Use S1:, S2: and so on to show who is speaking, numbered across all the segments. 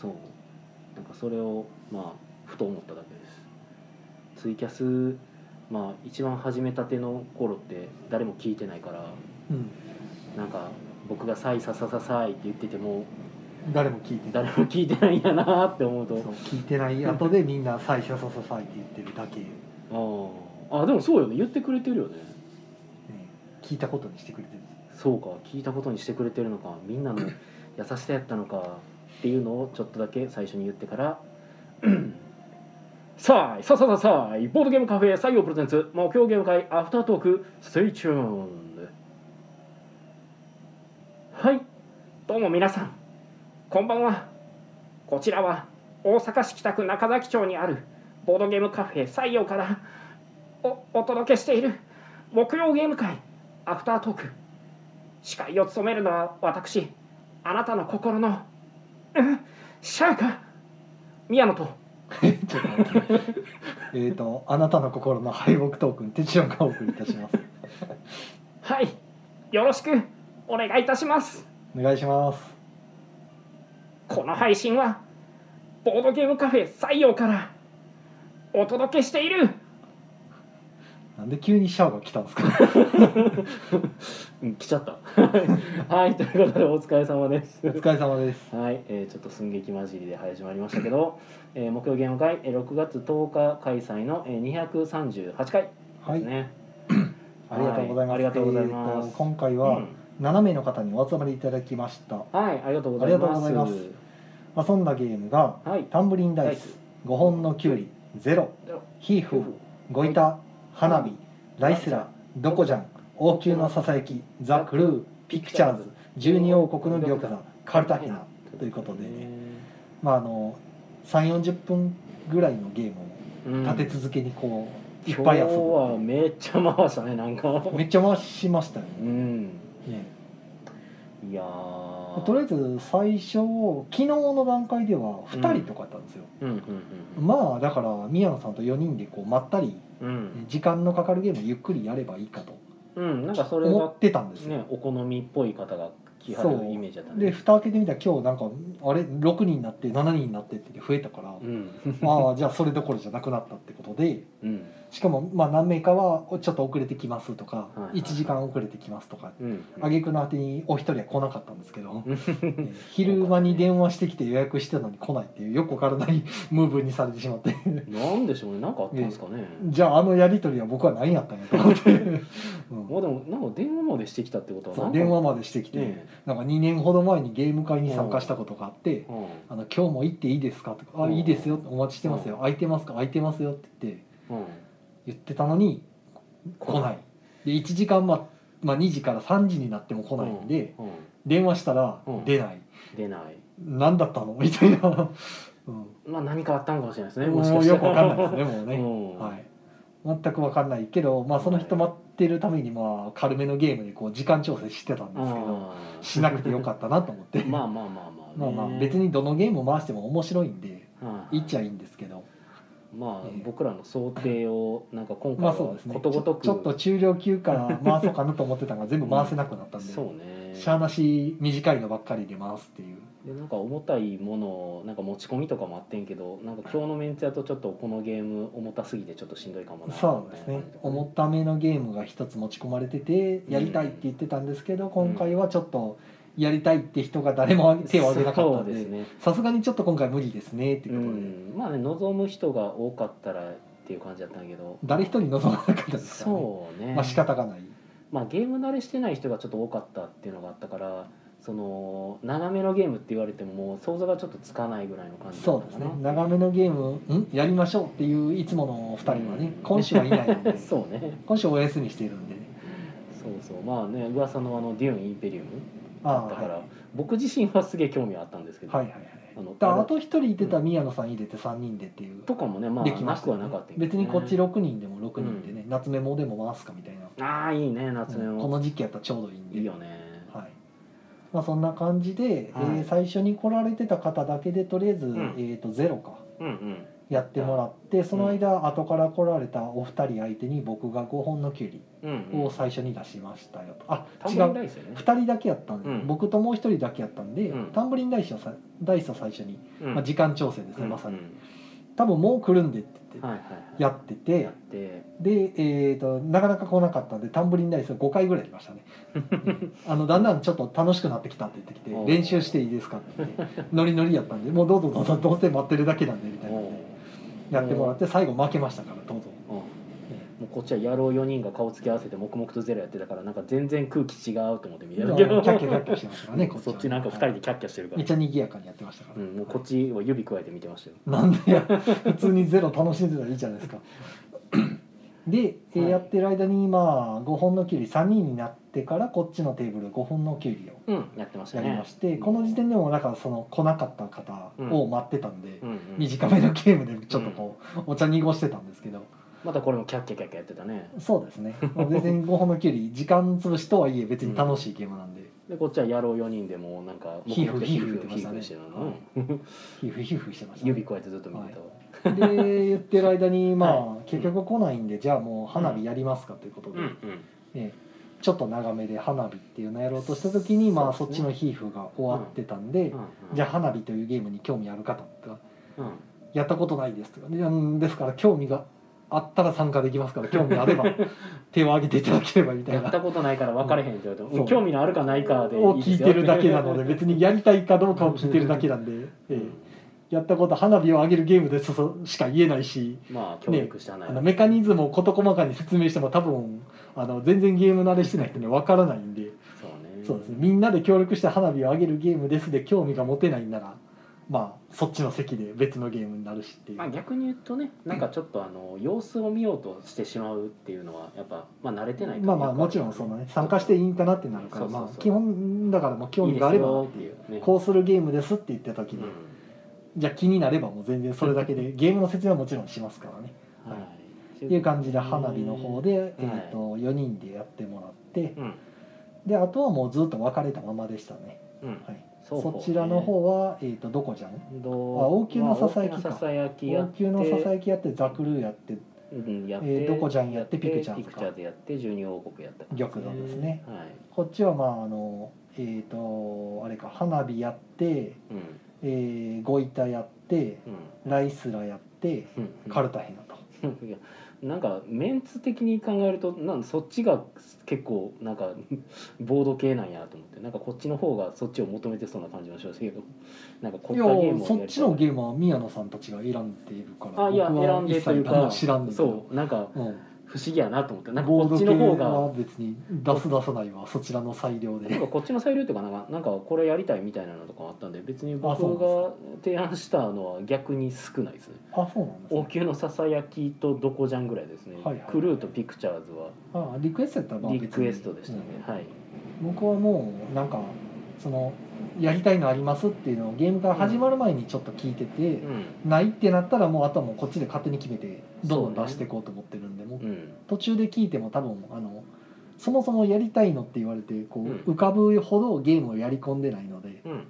S1: そうなんかそれをまあふと思っただけですツイキャスまあ一番始めたての頃って誰も聞いてないから
S2: うん、
S1: なんか僕が「さいささささい」って言ってても
S2: 誰も聞いてない
S1: 誰も聞いてないんやなって思うと
S2: そう聞いてない後でみんな「さいささささい」って言ってるだけ、ね、
S1: あーあでもそうよね言ってくれてるよね
S2: 聞いたことにしてく れてるんです
S1: そうか聞いたことにしてくれてるのかみんなの優しさやったのかっていうのをちょっとだけ最初に言ってから 「さあさあさあさあボードゲームカフェ採用プレゼンツ目標ゲーム会アフタートーク Stay tuned」はいどうも皆さんこんばんはこちらは大阪市北区中崎町にあるボードゲームカフェ採用からおお届けしている木曜ゲーム会アフタートーク司会を務めるのは私あなたの心の、うんシャーカ宮野と
S2: ちょっと待ってえっと「あなたの心の敗北トークン」テチロンがお送りいたします
S1: はいよろしくお願いいたします
S2: お願いします
S1: この配信はボードゲームカフェ採用からお届けしている
S2: なんで急にシャアが来た んですか
S1: 来ちゃった はいということでお疲れ様です
S2: お疲れ様です
S1: はい、えーちょっと寸劇混じりで始まりましたけど、えー、木曜ゲーム会えー6月10日開催のえー238回
S2: は
S1: で
S2: い
S1: すね、
S2: ありがとうござい
S1: はい
S2: ます、
S1: ありがとうございます
S2: えーと今回
S1: う
S2: は
S1: ん
S2: 7名の方にお集まりいただきました、ま
S1: はい、ありがとうございます。
S2: ありがとうござい遊んだゲームが
S1: はい。
S2: 「タンブリンダイ
S1: ダイ
S2: ス
S1: ス」
S2: 「5本のキュウリ」「ゼロ」「ヒーフー」ゴイタ、花火、ライスラ、ドコジャン、王宮のささやき、ザ・クルー、ピクチャーズ、十二王国の玉座、カルタヘナということで、まああの三四十分ぐらいのゲーム
S1: うん
S2: を立て続けにこういっぱい遊
S1: 今日は
S2: ぶ。
S1: めっちゃ回したね、なんか。
S2: めっちゃ回しましたよ
S1: う
S2: ね。
S1: ん。
S2: ね
S1: いやー。
S2: とりあえ
S1: ず。
S2: ず最初昨日の段階では二人とかやったんですよ。
S1: うんうん
S2: まあだから宮野さんと四人でこうまったり
S1: うん。うん。
S2: 時間のかかるゲームをゆっくりやればいいかと
S1: うん、なんかそれ
S2: 思
S1: が
S2: っ。てたんですよ。
S1: ね、お好みっぽい方が来はるイメージだった
S2: で
S1: ね。
S2: 蓋開けてみたら今日なんかあれ6人になって7人になってって増えたから、
S1: うん。
S2: まあじゃあそれどころじゃなくなったってことで
S1: うん。
S2: しかもまあ何名かはちょっと遅れてきますとか、
S1: いはいはい
S2: 1時間遅れてきますとか
S1: うん。
S2: 挙句の果てにお一人は来なかったんですけ ど、
S1: うん。
S2: え昼間に電話してきて予約してたのに来ないっていうよくわからない ムーブにされてしまって
S1: なんでしょうね、なんかあったんですかね。
S2: じゃああのやり取りは僕は何やったんやと思 って、うん
S1: まあ、でも、なんか電話までしてきたってことは
S2: そ
S1: な
S2: うん
S1: か。
S2: 電話までしてきて、
S1: ね。
S2: なんか2年ほど前にゲーム会に参加したことがあって。
S1: うん。
S2: あの今日も行っていいですか?」とか「あ
S1: うん
S2: いいですよ」お待ちしてますよ
S1: う
S2: 空いてますか空いてますよ」って言って
S1: うん。
S2: 言ってたのに来ないで1時間、ままあ、2時から3時になっても来ないんで、
S1: うん。うん。
S2: 電話したら
S1: うん
S2: 出ない
S1: 出ない。
S2: 「何だったの?」みたい な、うん
S1: まあ、何かあったんかもしれないですね。もし
S2: も
S1: か
S2: う
S1: した
S2: よ
S1: ら
S2: くわかんないですねもう
S1: う
S2: ね、
S1: ん
S2: はい、全くわかんないけど、まあ、その人待ってるために、まあ、軽めのゲームでこう時間調整してたんですけど
S1: あー
S2: しなくてよかったなと思って。
S1: まあまあまあまあ、
S2: まあまあ別にどのゲームを回しても面白いんでいいっちゃ
S1: い
S2: いいんですけど
S1: まあ
S2: ええ
S1: 僕らの想定をなんか今回
S2: ま
S1: は
S2: あそうですね。
S1: ことごとく、
S2: ちょちょっと中量級から回そうかなと思ってたのが全部回せなくなったんで、
S1: そうね
S2: しゃあなし短いのばっかりで回すっていう。
S1: でなんか重たいものをなんか持ち込みとかもあってんけどなんか今日のメンツやとちょっとこのゲーム重たすぎてちょっとしんどいかもな
S2: そうですね。重ためのゲームが一つ持ち込まれててやりたいって言ってたんですけど、今回はちょっとやりたいって人が誰も手を挙げなかったん
S1: そうです
S2: で。
S1: ね
S2: さすがにちょっと今回無理ですねって
S1: う
S2: いうことで、
S1: んまあね望む人が多かったらっていう感じだったんやけど
S2: 誰一人望まなかったですからね。
S1: そうね
S2: まあ仕方がない。
S1: まあ、ゲーム慣れしてない人がちょっと多かったっていうのがあったからその長めのゲームって言われてももう想像がちょっとつかないぐらいの感じだ
S2: そ
S1: っ
S2: う
S1: たか
S2: です
S1: な、
S2: ね。長めのゲームんやりましょうっていういつものお二人はね、今週はいないの で
S1: そうね
S2: 今週お休みしているんでね。
S1: そうそうまあね噂のあのデューンインペリウムだ
S2: ああ
S1: か
S2: はい
S1: ら、僕自身はすげえ興味はあったんですけど、
S2: はいはいはい。
S1: あの
S2: だ
S1: あ
S2: から
S1: れ
S2: あと一人いてた宮野さん入れて三人でっていう。
S1: とかもねまあ
S2: できま
S1: な
S2: した
S1: く
S2: よ
S1: は
S2: ね、
S1: なかったんやけどね、
S2: 別にこっち六人でも六人でね、夏メモでも回すかみたいな。
S1: ああいいね夏目
S2: うんこ
S1: も、
S2: の時期やったらちょうどいいんで。
S1: いいよね
S2: はい。まあそんな感じで、
S1: はい
S2: えー最初に来られてた方だけでとりあえず、
S1: ん
S2: えっ、とゼロか。
S1: うんうん
S2: やってもらってその間後から来られたお二人相手に僕が5本のキュウリ
S1: うんうん
S2: を最初に出しましたよとあ
S1: タン
S2: 違
S1: ブリン
S2: う
S1: ダイスよね、
S2: 2人だけやったんで、
S1: うん
S2: 僕ともう1人だけやったんで、
S1: うん
S2: タンブリンダイスをさダイスを最初に、
S1: うん
S2: まあ、時間調整ですね、まさ
S1: う
S2: に
S1: ん
S2: 多分もう来るんでって言
S1: うん
S2: っ
S1: はいはいはい
S2: てやってて、
S1: やって
S2: で、えー、となかなか来なかったんでタンブリンダイスを5回ぐらいやりました ねうんあのだんだんちょっと楽しくなってきたって言ってきて
S1: お
S2: 「
S1: う
S2: 練習していいですか?」って言ってノリノリやったんで「もうどうぞどうぞどうせ待ってるだけなんで」みたいなん
S1: おう
S2: でやってもらって最後負けましたからどうぞ
S1: うんもうこっちは野郎4人が顔つき合わせて黙々とゼロやってたからなんか全然空気違うと思って見
S2: キ
S1: れる
S2: ャッ
S1: け
S2: キ
S1: ど
S2: ャッキャッキャしてましたからねこ
S1: そっちなんか2人でキャッキャしてるか
S2: め
S1: ら
S2: っ、ちゃ賑やかにやってましたから、
S1: うん、もうこっちは指くわえて見てましたよ
S2: なんでや普通にゼロ楽しんでたらいいじゃないです かで、えー
S1: はい
S2: やってる間にまあ5本のキュウリ3人になってからこっちのテーブル5本のキュウリを
S1: うんやってました
S2: や
S1: ね
S2: りまして、この時点でもだからその来なかった方を待ってたんで、
S1: うんうん
S2: 短めのゲームでちょっとこう、お茶濁してたんですけど
S1: またこれもキャッキャキャッキャやってたね
S2: そうですね別 に5本のキュウリ時間潰しとはいえ別に楽しいゲームなんで、
S1: でこっちは野郎4人でもうなんか
S2: ヒーフ
S1: ヒー
S2: ヒーフ
S1: フヒーフしてる
S2: は
S1: の
S2: い、ヒフヒフしてましたね、
S1: 指くわえてずっと見てたわ、
S2: で言ってる間にまあ、
S1: は
S2: 結局来ないんでじゃあもう花火やりますかということで、
S1: うん
S2: ねちょっと長めで花火っていうのやろうとした時にまあ
S1: そ
S2: そうっ
S1: です
S2: ち
S1: ね
S2: のヒーフが終わってたんで、
S1: うんうん
S2: じゃあ花火というゲームに興味ある方とか
S1: うん
S2: やったことないですとか、ね、うんですから興味があったら参加できますから興味あ れば手を挙げていただければみたい
S1: や
S2: な
S1: ったことないから分かれへんって言われても
S2: そう
S1: うん興味のあるかないかで
S2: を
S1: いい
S2: 聞
S1: で
S2: い
S1: すよ
S2: てるだけなので別にやりたいかどうかを聞いてるだけなんで、
S1: う
S2: え
S1: ん
S2: えやったこと花火を上げるゲームですとしか言えないし
S1: まあ協力してはない
S2: あのメカニズムを事細かに説明しても多分あの全然ゲーム慣れしてない人には分からないんで
S1: そうね
S2: そうですねみんなで協力して花火を上げるゲームですで興味が持てないんならまあそっちの席で別のゲームになるしっていう
S1: まあ、逆に言うとねなんかちょっとあの様子を見ようとしてしまうっていうのはやっぱ、まあ、慣れてないという
S2: ま
S1: か
S2: あまあもちろんそのね参加していいんかなってなるから
S1: そうそうそう
S2: まあ基本だからもう興味があれば
S1: いいですよっていうね
S2: こうするゲームですって言った時
S1: う
S2: に、
S1: ん
S2: じゃあ気になればもう全然それだけでゲームの説明はもちろんしますからね。
S1: はい
S2: っていう感じで花火の方で、え
S1: はい
S2: ー、と4人でやってもらって
S1: うん
S2: であとはもうずっと別れたままでしたね。
S1: うん
S2: はい、
S1: 双方ね
S2: そちらの方は、えー、とどこじゃん
S1: どう
S2: あ王宮のささやきか
S1: まあ王宮のささやきや
S2: 王
S1: って
S2: 宮のささやきやってザクルーやって
S1: うんやって、
S2: えーどこじゃんやってピクチャーズか
S1: ピクチャーズやって十二王国やった感じ
S2: 玉座ですね
S1: はい
S2: こっちはまああのえっ、とあれか花火やって、
S1: うん
S2: えー、ゴイタやってライスラやって
S1: うんうん
S2: カルタヘナと。
S1: いやなんかメンツ的に考えるとなんそっちが結構なんかボード系なんやと思ってなんかこっちの方がそっちを求めてそうな感じもしましたけどなんかこ
S2: い
S1: っ
S2: や
S1: たゲームを
S2: そ
S1: や
S2: っ
S1: り
S2: ちの
S1: たい
S2: ゲームは宮野さんたちが選んでいるから
S1: あいや
S2: 僕は
S1: 選ん
S2: 一
S1: でとい
S2: 切
S1: うか
S2: 知らんねんけど
S1: そ。うなんか
S2: うん
S1: 不思議やなと思ってなんか
S2: ボ
S1: こ
S2: ー
S1: っ
S2: ド
S1: ち
S2: 系
S1: の方
S2: は
S1: が
S2: 別に出す出さないはそちらの裁量
S1: なん
S2: で
S1: かこっちの裁量というかなんかなんかこれやりたいみたいなのとかあったんで別に
S2: あそうなん
S1: 僕
S2: です
S1: が提案したのは逆に少ないですね
S2: あそうなんです
S1: 王
S2: ね
S1: 宮のささやきとどこじゃんぐらいですね、
S2: はいはい
S1: クルーとピクチャーズは
S2: あリクエストやったらまあ
S1: リ
S2: 別
S1: ク
S2: に
S1: エストでしたね、はい
S2: うん僕はもうなんかそのやりたいのありますっていうのをゲームが始まる前にちょっと聞いてて
S1: う、ん
S2: ないってなったらもうあとはもうこっちで勝手に決めてどんどん出していこうと思ってるんでもう
S1: うん
S2: 途中で聞いても多分あのそもそもやりたいのって言われてこ
S1: うん
S2: う浮かぶほどゲームをやり込んでないので
S1: うん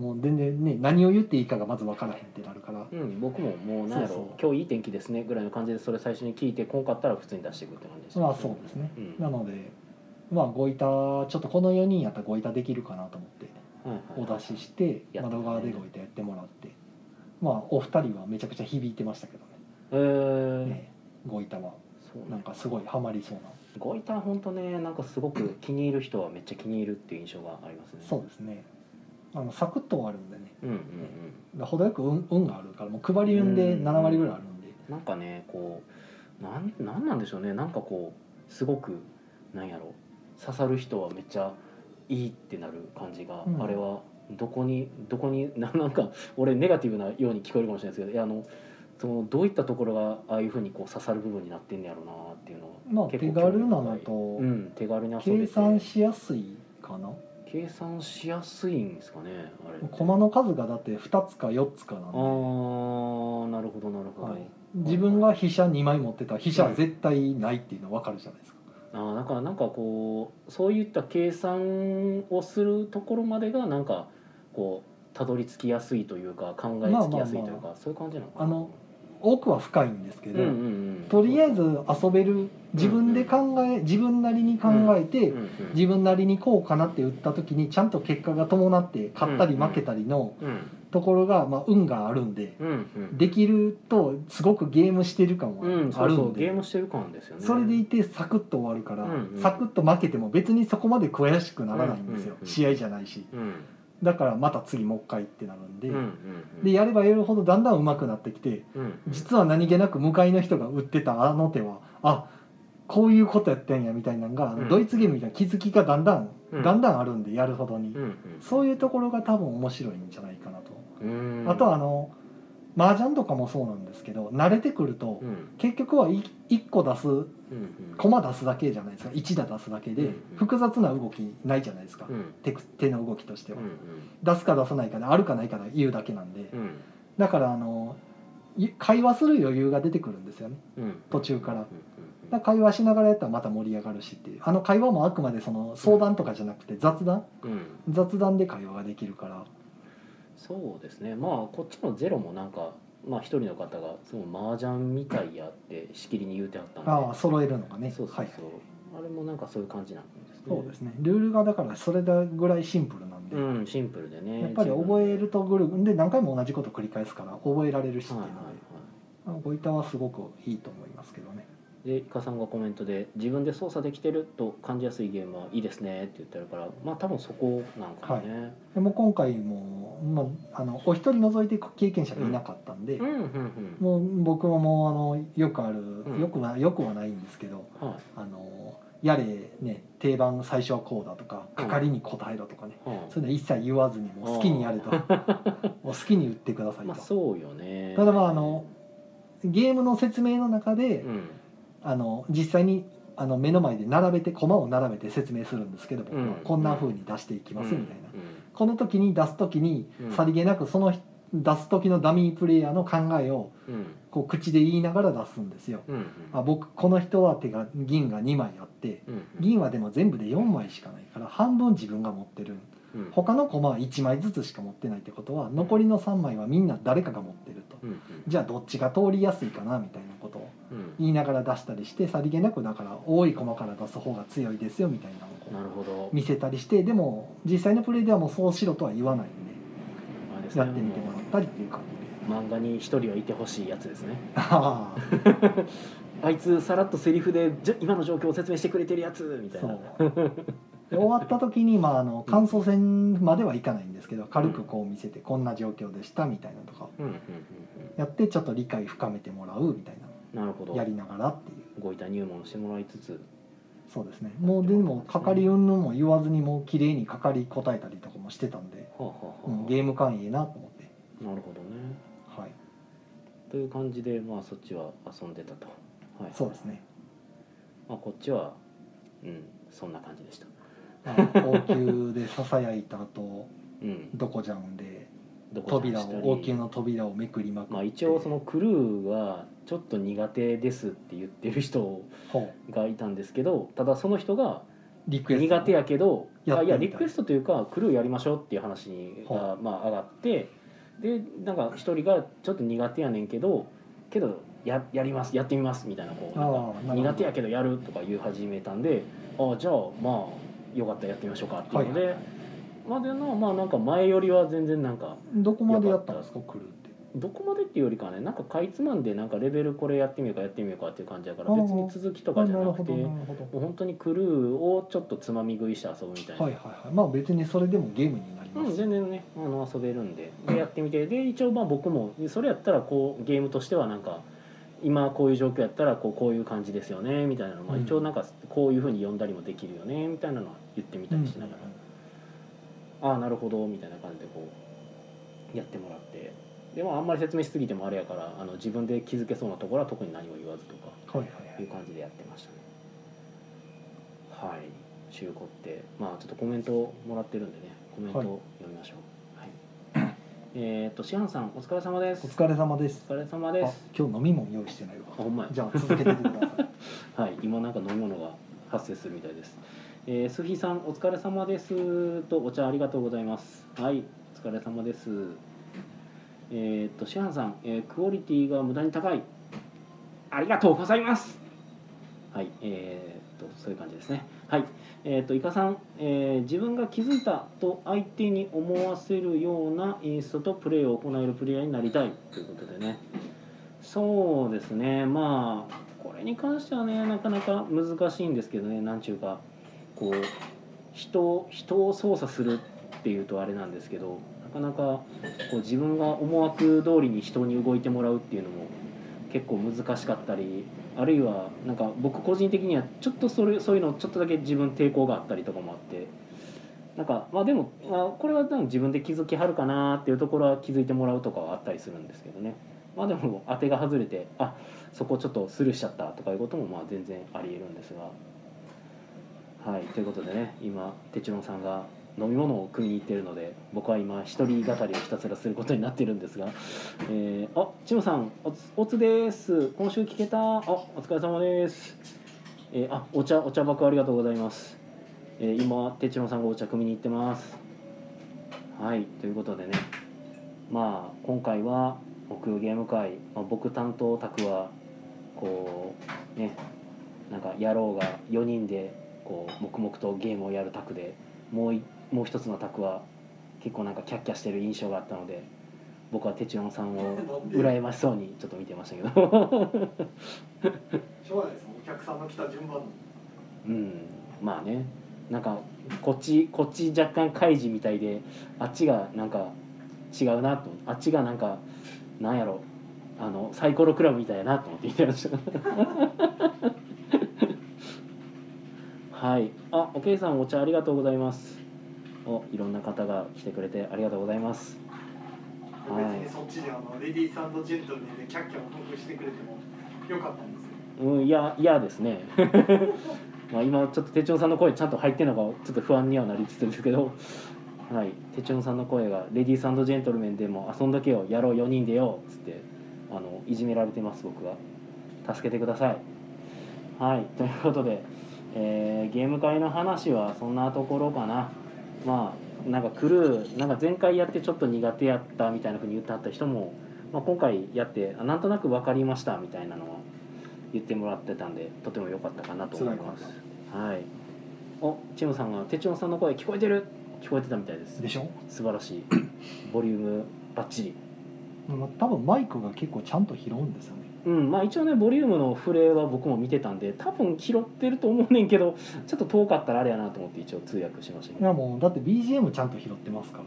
S2: もう全然ね何を言っていいかがまず分からへんってなるから
S1: うん、僕ももうなんやろ
S2: そうそう
S1: 今日いい天気ですねぐらいの感じでそれ最初に聞いてこんかったら普通に出していくって感じでした、
S2: まあそうですね
S1: うん、
S2: なのでまあごいたちょっとこの4人やったらごいたできるかなと思って
S1: はい
S2: お出しして
S1: やってたね
S2: 窓側でごいたやってもらってまあお二人はめちゃくちゃ響いてましたけど
S1: えー
S2: ねねごいたは
S1: そう
S2: な
S1: なんんか
S2: かすごいハマりそうな
S1: ごいたほんとねなんかすごく気に入る人はめっちゃ気に入るっていう印象がありますね
S2: そうですねあのサクッと終わるんでね
S1: うんうんうん
S2: で程よく運運があるからもう配り運で
S1: うん
S2: 7割ぐらいあるんで
S1: なんかねこうなんなんなんでしょうねなんかこうすごくなんやろ刺さる人はめっちゃいいってなる感じが、
S2: うん
S1: あれはどこにどこに ななんか俺ネガティブなように聞こえるかもしれないですけどいやあのそのどういったところがああいうふうにこう刺さる部分になってんねやろうなっていうのは
S2: まあ手
S1: 結構
S2: 軽なの
S1: 興味
S2: と
S1: 深いうん、手軽に遊べ
S2: 計
S1: て
S2: 算しやすいかな
S1: 計算しやすいんですかねあれって
S2: 駒の数がだって2つか4つかなん
S1: あ
S2: で
S1: ーなるほどなるほど、
S2: はい自分が飛車2枚持ってたら飛車は絶対ないっていうの分かるじゃないですか、
S1: ああだからなんかこうそういった計算をするところまでがなんかこうたどり着きやすいというか考えつきやすいというか、そういう感じなのかな
S2: あの奥は深いんですけ
S1: うん
S2: ど、
S1: うんうん、
S2: とりあえず遊べる自分で考え自分なりに考えて、
S1: うんうん
S2: 自分なりにこうかなって打った時にちゃんと結果が伴って勝ったり負けたりの
S1: うん
S2: ところが、まあ、運があるんで
S1: うんうん
S2: できるとすごくゲームしてる感は
S1: うん、そ
S2: あ
S1: う
S2: る
S1: そ
S2: ん
S1: うゲ
S2: で、
S1: ームしてる感ですよね
S2: それでいてサクッと終わるから、
S1: うんうん
S2: サクッと負けても別にそこまで悔しくならないんですよ、
S1: うんうん
S2: 試合じゃないし
S1: うん
S2: だからまた次もう一回ってなるんで、
S1: うんうんうん、
S2: でやればやるほどだんだん上手くなってきて
S1: うんうん、
S2: 実は何気なく向かいの人が売ってたあの手はあこういうことやったんやみたいなのが、
S1: うん
S2: ドイツゲームみたいな気づきがだんだん、
S1: うん
S2: だんだんあるんでやるほどに、
S1: うんうん、
S2: そういうところが多分面白いんじゃないかなと、
S1: うん
S2: あとはあの麻雀とかもそうなんですけど慣れてくると、
S1: うん
S2: 結局は1個出す
S1: うんうん
S2: 駒出すだけじゃないですか1打出すだけで、
S1: うん
S2: 複雑な動きないじゃないですか、
S1: うん
S2: 手く手の動きとしては、
S1: うん
S2: 出すか出さないかであるかないかで言うだけなんで、
S1: うん
S2: だからあのい会話する余裕が出てくるんですよね
S1: うんうん
S2: 途中から
S1: うん
S2: だから会話しながらやったらまた盛り上がるしっていうあの会話もあくまでその相談とかじゃなくて雑談
S1: うんうん
S2: 雑談で会話ができるから
S1: そうですねまあこっちのゼロもなんかまあ一人の方が「すごい麻雀みたいや」ってしきりに言うてあったんで
S2: ああ揃えるのがね
S1: そうそうそう、
S2: はいはい
S1: あれもなんかそういう感じなんですね
S2: そうですねルールがだからそれだぐらいシンプルなんで、
S1: うんシンプルでね
S2: やっぱり覚えるとグループで何回も同じこと繰り返すから覚えられるしって
S1: はい
S2: いう
S1: は
S2: の
S1: い
S2: で、
S1: は
S2: まあごいたはすごくいいと思いますけどね
S1: いでイカさんがコメントで「自分で操作できてると感じやすいゲームはいいですね」って言ってるからまあ多分そこなんかね、
S2: でも今回も、まあ、あのお一人除いて経験者がいなかったんで、
S1: うんうんうん
S2: もう僕ももうあのよくある、
S1: ん
S2: よくはよくはないんですけど
S1: は
S2: あのやれね定番最初はこうだとか
S1: うん
S2: 係に答えろとかね、
S1: いはい
S2: そういうのは一切言わずにもう好きにや れともう好きに言ってくださいと、
S1: まあそうよね
S2: ただまああのゲームの説明の中で、
S1: うん
S2: あの実際にあの目の前で並べて駒を並べて説明するんですけど僕は
S1: うん
S2: こんな風に出していきますみたいな、
S1: うんうん
S2: この時に出す時に
S1: うん
S2: さりげなくその人出す時のダミープレイヤーの考えを
S1: うん
S2: こう口で言いながら出すんですよ。
S1: うんうん
S2: あ僕この人は手が銀が2枚あって
S1: うん
S2: 銀はでも全部で4枚しかないから半分自分が持ってる
S1: うん
S2: 他の駒は1枚ずつしか持ってないってことは残りの3枚はみんな誰かが持ってると
S1: うんうん
S2: じゃあどっちが通りやすいかなみたいなことを
S1: うん
S2: 言いながら出したりしてさりげなくだから多い駒から出す方が強いですよみたいなのをこう
S1: なるほど
S2: 見せたりしてでも実際のプレイではもうそうしろとは言わないん
S1: あれです
S2: で
S1: ね
S2: やってみてもらったりっていう感じで
S1: もう漫画に一人はいてほしいやつですね
S2: ああ
S1: あいつさらっとセリフでじゃ今の状況を説明してくれてるやつみたい
S2: そ
S1: な
S2: うで終わった時に、まあ、あの感想戦まではいかないんですけど軽くこう見せてこんな状況でしたみたいなとか
S1: うんうんうん
S2: やってちょっと理解深めてもらうみたいな
S1: うんなるほど
S2: やりながらっていう
S1: ご遺体入門してもらいつつ
S2: そうですねもうでも係うんぬんも言わずにもう綺麗に係答えたりとかもしてたんで、
S1: はあはあ
S2: う
S1: は
S2: ん、
S1: あ
S2: ゲーム感いいなと思って
S1: なるほどね
S2: はい
S1: という感じでまあそっちは遊んでたとはい
S2: そうですね
S1: まあこっちはうんそんな感じでした
S2: まあ王宮でささやいた後
S1: うん
S2: どこじゃんで
S1: どこ
S2: 扉
S1: 探したり
S2: を王宮の扉をめくりまくって、
S1: まあ一応そのクルーはちょっと苦手ですって言ってる人
S2: ほう
S1: がいたんですけどただその人が
S2: リクエスト
S1: 苦手やけど
S2: やっ
S1: あ
S2: てみたい
S1: いやリクエストというかクルーやりましょうっていう話が
S2: は
S1: まあ上がってでなんか一人がちょっと苦手やねんけどけどややりますやってみますみたいなこうなんか
S2: ああなるほど
S1: 苦手やけどやるとか言い始めたんでああじゃあまあよかったらやってみましょうかっていうの
S2: はい
S1: でまでのまあなんか前よりは全然なんか
S2: どこまでやったんですか来るって
S1: どこまでっていうよりかはねなんかかいつまんでなんかレベルこれやってみようかやってみようかっていう感じだから
S2: ああ
S1: 別に続きと
S2: あ
S1: かじゃ
S2: なる
S1: な
S2: ほ
S1: くて
S2: どな
S1: も
S2: るほ
S1: う
S2: ど
S1: 本当にクルーをちょっとつまみ食いして遊ぶみたいな、
S2: はいはいはいまあ別にそれでもゲームになりま
S1: うん、
S2: す、
S1: 全然ねあの遊べるんででやってみてで一応まあ僕もそれやったらこうゲームとしてはなんか今こういう状況やったらこうこういう感じですよねみたいなのも、
S2: うん
S1: 一応なんかこういうふうに呼んだりもできるよねみたいなのは言ってみたりしながら、ああなるほどみたいな感じでこうやってもらってでもあんまり説明しすぎてもあれやからあの自分で気づけそうなところは特に何も言わずとか
S2: はいはいは
S1: いう
S2: い
S1: 感じでやってましたねはい中古ってまあちょっとコメントもらってるんでねコメント
S2: はい
S1: 読みましょうはい、えーっと師範さんお疲れ様です
S2: お疲れ様です
S1: お疲れ様
S2: あ
S1: です
S2: 今日飲み物用意してないわ
S1: あほんまや
S2: じゃあ続けててください
S1: はい、今なんか飲み物が発生するみたいです。えー、スヒさん、お疲れ様です。と、お茶ありがとうございます。はい、お疲れ様です。えーっと師範さん、えークオリティが無駄に高い
S3: ありがとうございます
S1: はいえーっとそういう感じですねはいえーっといかさん、えー自分が気づいたと相手に思わせるようなインストとプレーを行えるプレイヤーになりたいということでねそうですねまあこれに関してはねなかなか難しいんですけどねなんちゅうかこう人を人を操作するっていうとあれなんですけどなかなかこう自分が思惑通りに人に動いてもらうっていうのも結構難しかったりあるいはなんか僕個人的にはちょっとそれそういうのちょっとだけ自分抵抗があったりとかもあってなんかまあでもあこれは多分自分で気づきはるかなっていうところは気づいてもらうとかはあったりするんですけどねまあでも当てが外れてあそこちょっとスルーしちゃったとかいうこともまあ全然ありえるんですがはいということでね今テチロンさんが飲み物を食いに行ってるので僕は今一人語りをひたすらすることになってるんですがえー、あチムさんおつおつです今週聞けたあお疲れ様です、えー、あお茶お茶爆ありがとうございます、えー、今てちのさんがお茶汲みに行ってますはいということでねまあ今回は木曜ゲーム会、まあ、僕担当宅はこうねなんか野郎が4人でこう黙々とゲームをやる宅でもういもう一つの宅は結構なんかキャッキャしてる印象があったので僕はテチロンさんを羨ましそうにちょっと見てましたけど
S2: しょうがないですお客さんの来た順番
S1: うんまあねなんかこっちこっち若干開示みたいであっちがなんか違うなとあっちがなんかなんやろあのサイコロクラブみたいやなと思って見てましたはいあおけいさんお茶ありがとうございますおいろんな方が来てくれてありがとうございますはい
S4: 別にそっちであのレディースジェントルでキャッキャを工夫してくれてもよかったんですよ
S1: うん、いや、いやですね。まあ、今ちょっと手帳さんの声ちゃんと入ってるのが、ちょっと不安にはなりつつですけど。はい、手帳さんの声がレディースジェントルメンでも遊んどけよ、やろう4人でよっつって。あの、いじめられてます、僕は。助けてください。はい、ということで。えーゲーム会の話はそんなところかな。まあ、なんかクルー、なんか前回やってちょっと苦手やったみたいなふうに言ってはった人も。まあ、今回やって、あなんとなく分かりましたみたいなのは。言ってもらってたんでとても良かったかなと思います
S2: 辛い
S1: はいおチムさんが「テチロンさんの声聞こえてる!」聞こえてたみたいです
S2: でしょ、
S1: 素晴ら しいボリュームバッチリ
S2: まあ、多分マイクが結構ちゃんと拾うんですよね
S1: うんまあ一応ねボリュームの触れは僕も見てたんで多分拾ってると思うねんけどちょっと遠かったらあれやなと思って一応通訳しました
S2: い
S1: ね
S2: やもうだって BGM ちゃんと拾ってますか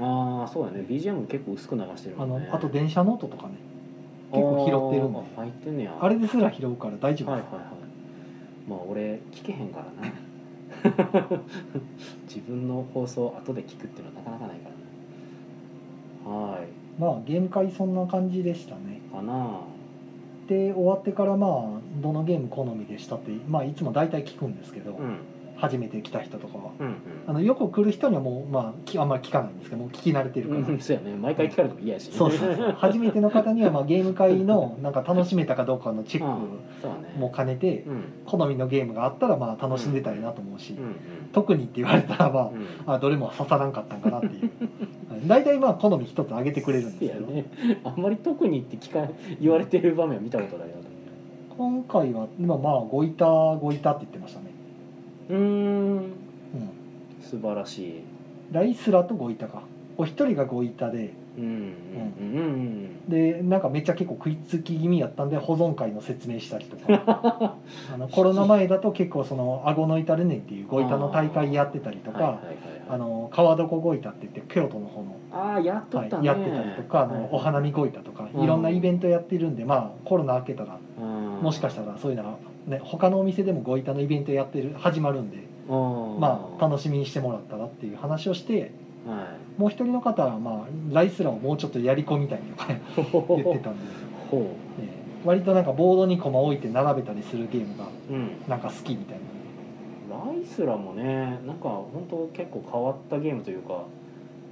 S2: ら
S1: ああそうだね BGM 結構薄く流してる
S2: あ
S1: もん
S2: の
S1: ね
S2: あと
S1: で
S2: 電車の音とかね結構拾ってるんで
S1: 入ってんねや
S2: あれですら拾うから大丈夫
S1: は
S2: で
S1: い
S2: す
S1: はいはいまあ俺聞けへんからな 自分の放送後で聞くっていうのはなかなかないからなは
S2: まあゲーム会そんな感じでしたね
S1: いかな
S2: で終わってからまあどのゲーム好みでしたってまあいつも大体聞くんですけど、
S1: うん
S2: 初めて来た人とかは
S1: うん
S2: あのよく来る人にはもうまあきあんまり聞かないんですけどもう聞き慣れてる
S1: う
S2: か
S1: ん
S2: ら、
S1: うんそうやね毎回聞かれても嫌やし
S2: そうそうそう初めての方にはまあゲーム会のなんか楽しめたかどうかのチェッ
S1: そうだね
S2: クも兼ねて
S1: うん
S2: 好みのゲームがあったらまあ楽しんでたいなと思うし、
S1: うん
S2: 特にって言われたらまあ
S1: うんうん
S2: あどれも刺さらんかったんかなっていうはい大体まあ好み一つ上げてくれるんですけど、
S1: そうやねあんまり特にって聞か言われてる場面は見たことないなと思
S2: 今回は今まあごいたごいたって言ってました
S1: う
S2: ね、
S1: うーん
S2: うん、
S1: 素晴らしい
S2: ライスラとごいたかお一人がごいたで
S1: うんうんうんうん
S2: でなんかめっちゃ結構食いつき気味やったんで保存会の説明したりとか あのコロナ前だと結構その顎の至るねんっていうごいたの大会やってたりと
S1: と
S2: か、
S1: あ
S2: あの川床ごいたって言って京都の方の
S1: あーやっと
S2: は
S1: っ
S2: い
S1: たね、
S2: やってたりとかあのお
S1: は
S2: 花見ごいたとか
S1: うん
S2: いろんなイベントやってるんでまあコロナ明けたら
S1: いうん
S2: もしかしたらそういうのが、ね、他のお店でもごいたのイベントやってる始まるんで、ま
S1: ま
S2: あ、楽しみにしてもらったらっていう話をして
S1: は
S2: もう一人の方は、まあ、ライスラをもうちょっとやり込みたいとか
S1: い、
S2: 言ってたんで、
S1: ほ
S2: ええ割となんかボードに駒置いて並べたりするゲームが
S1: う、うん、
S2: なんか好きみたいな
S1: ライスラもねなんか本当結構変わったゲームというか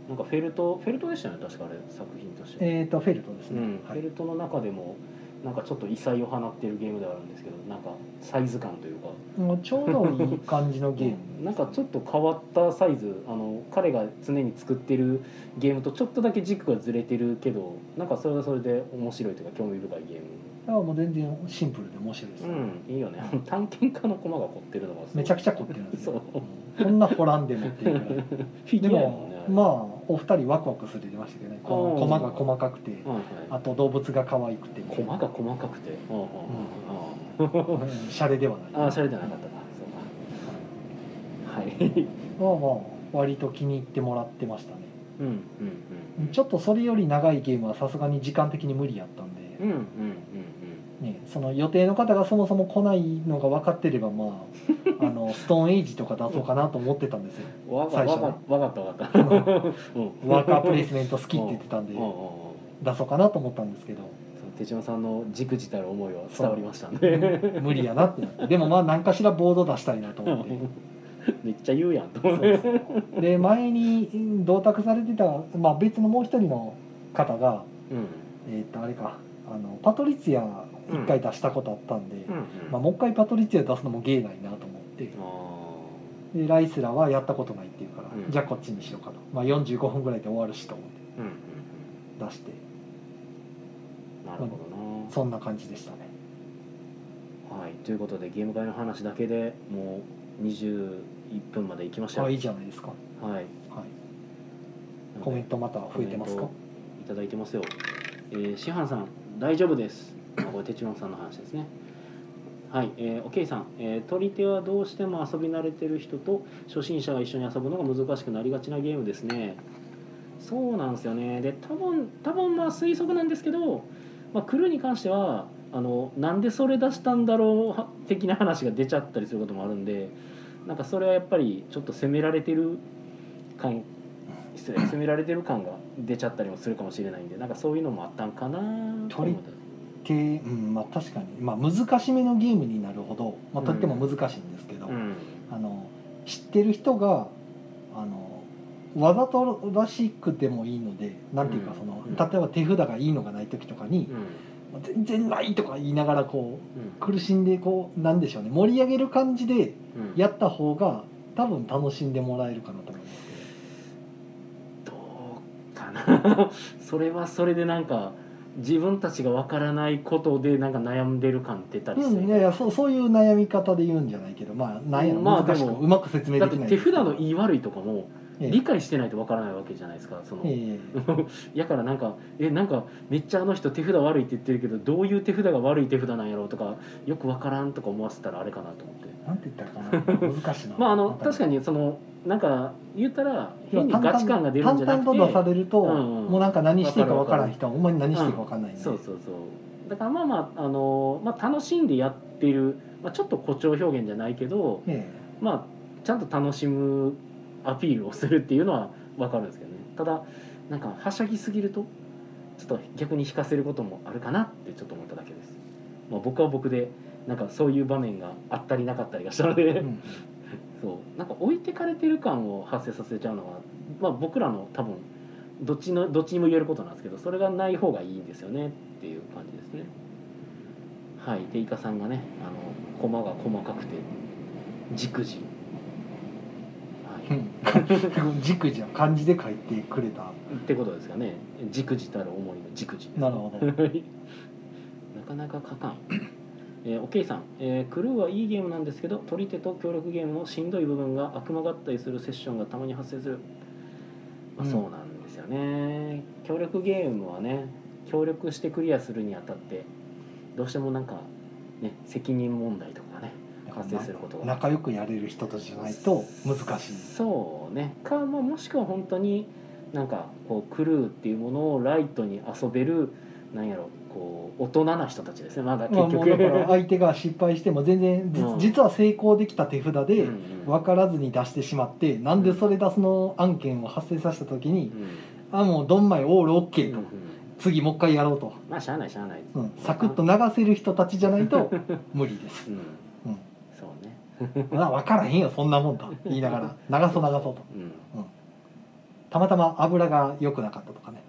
S1: なんかフェルトフェルトでしたよね確かあれ作品として、
S2: えっ、とフェルトです
S1: う
S2: ね、
S1: ん
S2: は
S1: フ
S2: い
S1: ェルトの中でもなんかちょっと異彩を放っているゲームではあるんですけどなんかサイズ感というか
S2: もうちょうどいい感じのゲー ム
S1: なんかちょっと変わったサイズあの彼が常に作ってるゲームとちょっとだけ軸がずれてるけどなんかそれはそれで面白いというか興味深いゲーム
S2: だからもう全然シンプルで面白いです、
S1: うんいいよね探検家の駒が凝ってるのが
S2: めちゃく
S1: ち
S2: ちゃ凝ってるんですよ
S1: そう
S2: うんこんな掘らんでもっていうぐらい
S1: ゃフィギ
S2: で
S1: ュアやもんね
S2: もまあお二人ワクワクするでましたけどねこの
S1: あー
S2: 駒が細かくて
S1: あ、はい
S2: あ
S1: は
S2: と動物が可愛くて
S1: い、駒が細かくてうんうんうんうん
S2: うんシャレではない
S1: ああ、しゃれてなかったな。そうか。はい。
S2: まあまあ割と気に入ってもらってましたね
S1: うんうんうん。
S2: ちょっとそれより長いゲームはさすがに時間的に無理やったんで、
S1: うんうんうん
S2: ね、その予定の方がそもそも来ないのが分かってればま ああのストーンエイジとか出そうかなと思ってたんですよ
S1: うん。わか
S2: 最
S1: わ
S2: 初
S1: か
S2: ね
S1: わかったわかった。うん。
S2: ワーカープレイ
S1: ス。
S2: スメント好きって言ってたん
S1: う
S2: で
S1: んうんうん。そ
S2: 出そうかなと思ったんですけ ど
S1: う手島さんのじくじたる思いは伝わりましたね。
S2: 無理やなってなってでもまあ何かしらボード出したいなと思って
S1: めっちゃ言うやんと
S2: そ
S1: 思
S2: う
S1: っ
S2: で
S1: て。
S2: すで前にうん同卓されてた、まあ、別のもう一人の方が
S1: うん
S2: えーっとあれかあのパトリツィア一回出したことあったんで、
S1: うんうん。
S2: まあ、もう一回パトリツィア出すのも芸ないなと思って
S1: あ
S2: でライスラはやったことないっていうから、
S1: うん
S2: じゃあこっちにしようかと、まあ、45分ぐらいで終わるしと思って
S1: ーうんうん
S2: 出して
S1: うん。なるほどな。
S2: そんな感じでしたね
S1: はい、ということでゲーム会の話だけでもう21分まで行きましたよ
S2: あいいじゃないですか、は
S1: はい。
S2: い、コメントまた増えてますか
S1: コメントいただいてますよ。えー、師範さん、大丈夫です。あこれ、てちろんさんの話ですね。はい、えー、おけいさん、えー、取り手はどうしても遊び慣れてる人と初心者が一緒に遊ぶのが難しくなりがちなゲームですね。そうなんですよね。で、多分、多分まあ推測なんですけど、まあ、クルーに関しては、あの、なんでそれ出したんだろうは的な話が出ちゃったりすることもあるんで、なんかそれはやっぱりちょっと責められてる感失礼責められてる感が出ちゃったりもするかもしれないんでなんかそういうのもあったんかなと思って
S2: てうんまあ確かに、まあ、難しめのゲームになるほど、まあ、とっても難しいんですけど、
S1: うん
S2: あの知ってる人があのわざとらしくてもいいのでなんていうかその、
S1: うん
S2: 例えば手札がいいのがない時とかに
S1: うん、
S2: 全然ないとか言いながらこう
S1: うん
S2: 苦しんでこうなんでしょうね盛り上げる感じで
S1: うん
S2: やった方が多分楽しんでもらえるかなと思います
S1: どうかな それはそれでなんか自分たちがわからないことでなんか悩んでる感出た
S2: け
S1: り
S2: ど、
S1: す
S2: う
S1: る、
S2: ん、いやいやそうそういう悩み方で言うんじゃないけどまあなんやろ
S1: まあ
S2: 難し
S1: で
S2: く
S1: も
S2: うまく説明
S1: だ
S2: で
S1: って
S2: きない
S1: 手札の言い悪いとかも
S2: え
S1: 理解してないとわからないわけじゃないですかその、
S2: えええ
S1: やからなんか「えなんかめっちゃあの人手札悪いって言ってるけどどういう手札が悪い手札なんやろ」うとかよくわからんとか思わせたらあれかなと思って
S2: なんて言ったらかな難しいな
S1: まああの
S2: なん
S1: 確かにそのなんか言ったら変にガチ感が出るんじゃなくて
S2: 淡々と出されると、
S1: うんうん
S2: もうなんか何していいかわからん人はほんまに何していいかわからないんで、
S1: そうそうそうだからまあまああの、まあ、楽しんでやってる、まあ、ちょっと誇張表現じゃないけど、
S2: え
S1: まあ、ちゃんと楽しむアピールをするっていうのは分かるんですけどねただなんかはしゃぎすぎるとちょっと逆に引かせることもあるかなってちょっと思っただけです、まあ、僕は僕でなんかそういう場面があったりなかったりがしたので、
S2: えうん
S1: そうなんか置いてかれてる感を発生させちゃうのが、まあ、僕らの多分どっちのどっちにも言えることなんですけどそれがない方がいいんですよねっていう感じですねはいでイカさんがねあの駒が細かくて軸字はい、
S2: うん、 じくじは漢字で書いてくれた
S1: ってことですかね軸字たる思いの軸字
S2: なるほど
S1: はいなかなか書かん。えー、おけいさん、えークルーはいいゲームなんですけど取り手と協力ゲームのしんどい部分が悪魔がったりするセッションがたまに発生する、まあ、
S2: うん
S1: そうなんですよね、協力ゲームはね協力してクリアするにあたってどうしてもなんかね責任問題とかね 発生することが
S2: 仲良くやれる人とじゃないと難しい
S1: そうねか、まあ、もしくは本当になんかこうクルーっていうものをライトに遊べるなんやろこう大人な人たちですねまだ結
S2: まあ、
S1: 局、
S2: もうだから相手が失敗しても全然じ、
S1: うん
S2: 実は成功できた手札
S1: う
S2: で
S1: ん
S2: 分からずに出してしまってなんでそれ出すの案件を発生させた時に
S1: うん
S2: 「あもうドンマイオールオッケー」
S1: う
S2: と
S1: ん
S2: 次もう一回やろうと、
S1: まあしゃあないしゃあない、
S2: うん、サクッと流せる人たちじゃないと無理で
S1: う
S2: す
S1: ん、
S2: うん
S1: そうね
S2: 「まあ分からへんよそんなもんだ」言いながら「流そう流そう」と
S1: うん
S2: たまたま油が良くなかったとかね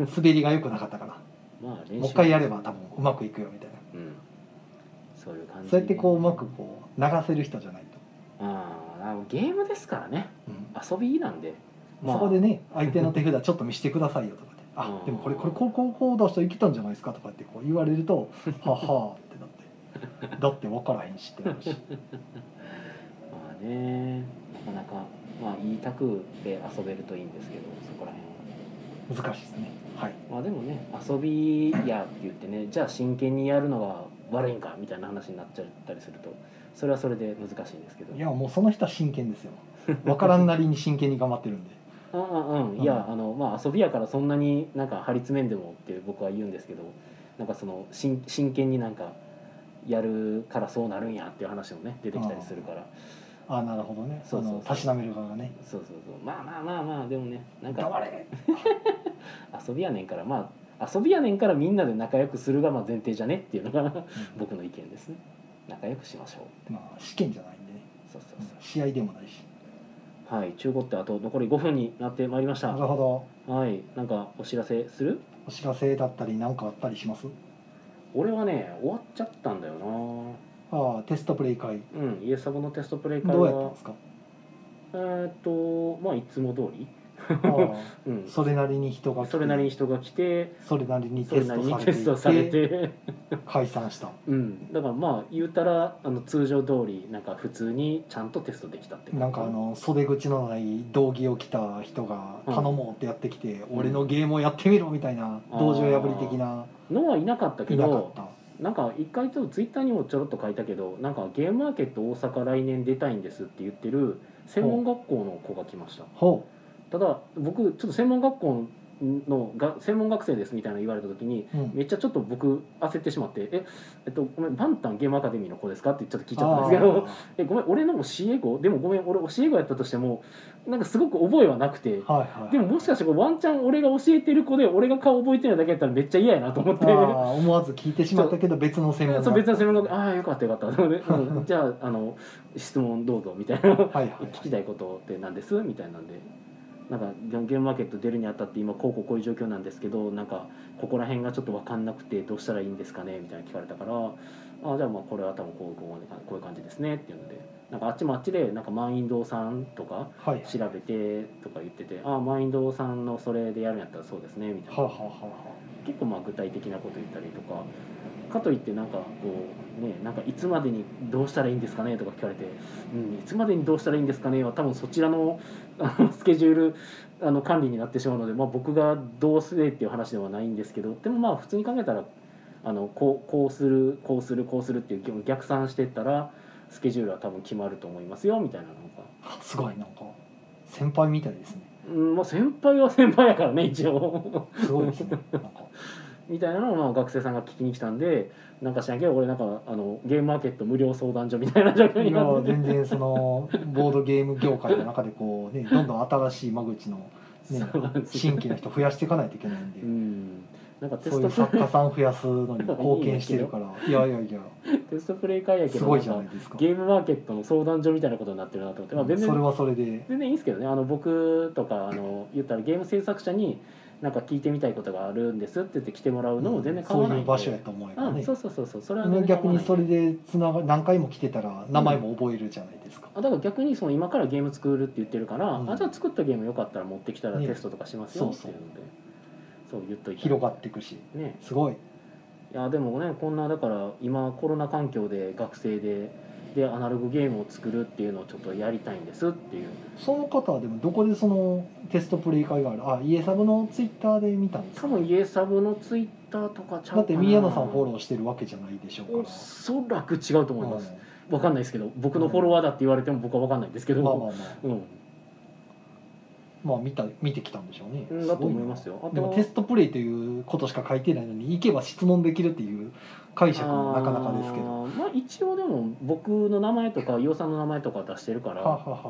S1: うん
S2: 滑りが良くなかったから
S1: まあ練習
S2: もう一回やれば多分うまくいくよみたいな
S1: うんそういう感じ
S2: そうやってこううまくこう流せる人じゃないと、
S1: あーあのゲームですからね
S2: うん
S1: 遊びなんでまあ
S2: そこでね相手の手札ちょっと見してくださいよとかって「あでもこれこれこうこうこう出したらいけたんじゃないですか」とかってこう言われる と「ははあ」ってなって「だって分からへんし」ってな るし
S1: まあねなかなかまあ言いたくで遊べるといいんですけどそこら辺は
S2: 難しいですねはい
S1: まあでもね遊びやって言ってねじゃあ真剣にやるのが悪いんかみたいな話になっちゃったりするとそれはそれで難しいんですけど
S2: いやもうその人は真剣ですよ分からんなりに真剣に頑張ってるんで
S1: うんうんうんいやあのまあ遊びやからそんなになんか張り詰めんでもって僕は言うんですけどなんかその真真剣になんかやるからそうなるんやっていう話もね出てきたりするから
S2: ああなるほどね
S1: そうそうそう
S2: あのたしなめる側がね
S1: そうそうそうまあまあまあまあでもねなん
S2: 「
S1: か
S2: 黙れ!」
S1: 遊びやねんからまあ遊びやねんからみんなで仲良くするがまあ前提じゃねっていうのが 僕の意見ですね仲良くしましょう
S2: まあ試験じゃないんでね
S1: そうそうそ
S2: 試合でもないし
S1: うはい中古ってあと残り5分になってまいりまし
S2: な
S1: た
S2: るほど
S1: はいなんかお知らせする
S2: お知らせだったり何かあったりします
S1: 俺はね終わっちゃったんだよな
S2: ああテストプレイ会
S1: うんイエサボのテストプレイ会
S2: どうやったん
S1: は
S2: ですか
S1: えーっとまあいつも通り
S2: あ
S1: う
S2: あ
S1: ん
S2: それなりに人が来て
S1: それなりに人が来て
S2: それなりに
S1: そ
S2: テ
S1: れなりにテス
S2: ス
S1: ト
S2: ト
S1: さ
S2: さ
S1: れ
S2: れて
S1: て
S2: 解散した
S1: うん、だからまあ言うたらあの通常通りなんか普通にちゃんとテストできたって感じ
S2: なんかあの袖口のない道着を着た人が
S1: うん
S2: 頼もうってやってきて、俺のゲームをやってみろみたいな
S1: あー
S2: 道場破り的な
S1: のはいなかったけ
S2: いなかっ
S1: ど
S2: た
S1: なんか一回とツイッターにもちょろっと書いたけどなんかゲームマーケット大阪来年出たいんですって言ってる専門学校の子が来ました
S2: ほ
S1: ただ僕ちょっと専門学校のが専門学生ですみたいなの言われた時に
S2: う、うん、
S1: めっちゃちょっと僕焦ってしまって「ええっとごめんバンタンゲームアカデミーの子ですか?」ってちょっと聞いちゃったんですけど「 えごめん俺のも CA 語でもごめん俺教え子やったとしてもなんかすごく覚えはなくて
S2: あーはいはい
S1: でももしかしてこれワンチャン俺が教えてる子で俺が顔覚えてないだけやったらめっちゃ嫌やなと思って
S2: あ。ー思わず聞いてしまったけど別の専門
S1: そう別の専門学
S2: は
S1: ああよかったよかった、うん、じゃああの質問どうぞみたいな
S2: いはい、
S1: 聞きたいことって何ですみたいなんでなんかゲームマーケット出るにあたって今こうこうこういう状況なんですけどなんかここら辺がちょっと分かんなくてどうしたらいいんですかねみたいな聞かれたからあじゃあまあこれは多分こうこうこういう感じですねっていうのでなんかあっちもあっちでなんか満員堂さんとか
S2: はいはい
S1: 調べてとか言っててああ満員堂さんのそれでやるんやったらそうですねみたい
S2: はあ、
S1: な
S2: はあは
S1: 結構まあ具体的なこと言ったりとかかといってなんかこうねなんかいつまでにどうしたらいいんですかねとか聞かれて、うん、いつまでにどうしたらいいんですかねは多分そちらのあのスケジュールあの管理になってしまうので、まあ、僕がどうすれっていう話ではないんですけどでもまあ普通に考えたらあのこうこうするこうするこうするっていう逆算してったらスケジュールは多分決まると思いますよみたいなのが。
S2: あはあすごいなんか先輩みたいですね
S1: うんまあ、先輩は先輩やからね一応
S2: すごいですねなんか
S1: みたいなのをまあ学生さんが聞きに来たんでなんかしなきゃ俺なんかあのゲームマーケット無料相談所みたいな状況に
S2: い
S1: な
S2: や
S1: ってて
S2: 全然そのボードゲーム業界の中でこうねどんどん新しい間口のね
S1: そうなんです
S2: 新規の人増やしていかないといけないん
S1: う
S2: で、
S1: んなんかテ
S2: そう
S1: ス
S2: いう
S1: トプ
S2: 作家さん増やすの に貢献してるからいやいやいや
S1: レイテストプレイ会やけ
S2: す
S1: ど
S2: ごいじゃ
S1: な
S2: なんい
S1: か
S2: ですか、
S1: ゲームマーケットの相談所みたいなことになってるなと思って、まあ、全
S2: それ
S1: 然
S2: はそれで
S1: 全然いいんですけどねあの僕とかあの言ったらゲーム制作者になんか聞いてみたいことがあるんですって言って来てもらうのも全然
S2: そ
S1: 構
S2: う
S1: わない
S2: い
S1: ん
S2: う
S1: で、
S2: 場所やと思えば
S1: うん
S2: ね
S1: そうそうそうそうそれは全然
S2: 逆
S1: 構わ
S2: に
S1: ないんで
S2: それでつなが何回も来てたら名前も覚えるじゃないですか、
S1: あだから逆にその今からゲーム作るって言ってるから、
S2: うん
S1: あじゃあ作ったゲームよかったら持ってきたら
S2: ね
S1: テストとかしますよ
S2: そう
S1: って
S2: そ
S1: いううのでそう言っといて
S2: 広がっていくし
S1: ね
S2: すごい
S1: いやでもねこんなだから今コロナ環境で学生ででアナログゲームを作るっていうのをちょっとやりたいんですっていう
S2: その方はでもどこでそのテストプレイ会があるあイエサブのツイッターで見たんです
S1: 多
S2: か
S1: 分イエサブのツイッターとかちゃうかな
S2: だって宮野さんフォローしてるわけじゃないでしょう
S1: お
S2: から
S1: そらく違うと思います、わかんないですけど僕の
S2: うん
S1: フォロワーだって言われても僕はわかんないんですけ
S2: う
S1: ど、
S2: んまあまあまあ
S1: うん
S2: まあ見た見てきたんでしょうね、
S1: うん
S2: す
S1: だと
S2: ごい
S1: 思
S2: ない
S1: ますよあ
S2: で
S1: と
S2: もテストプレイということしか書いてないのに行けば質問できるっていう解釈もなかなかですけど
S1: あ
S2: は
S1: ーまあ一応でも僕の名前とか伊予さんの名前とか出してるか
S2: あはあ
S1: ら
S2: は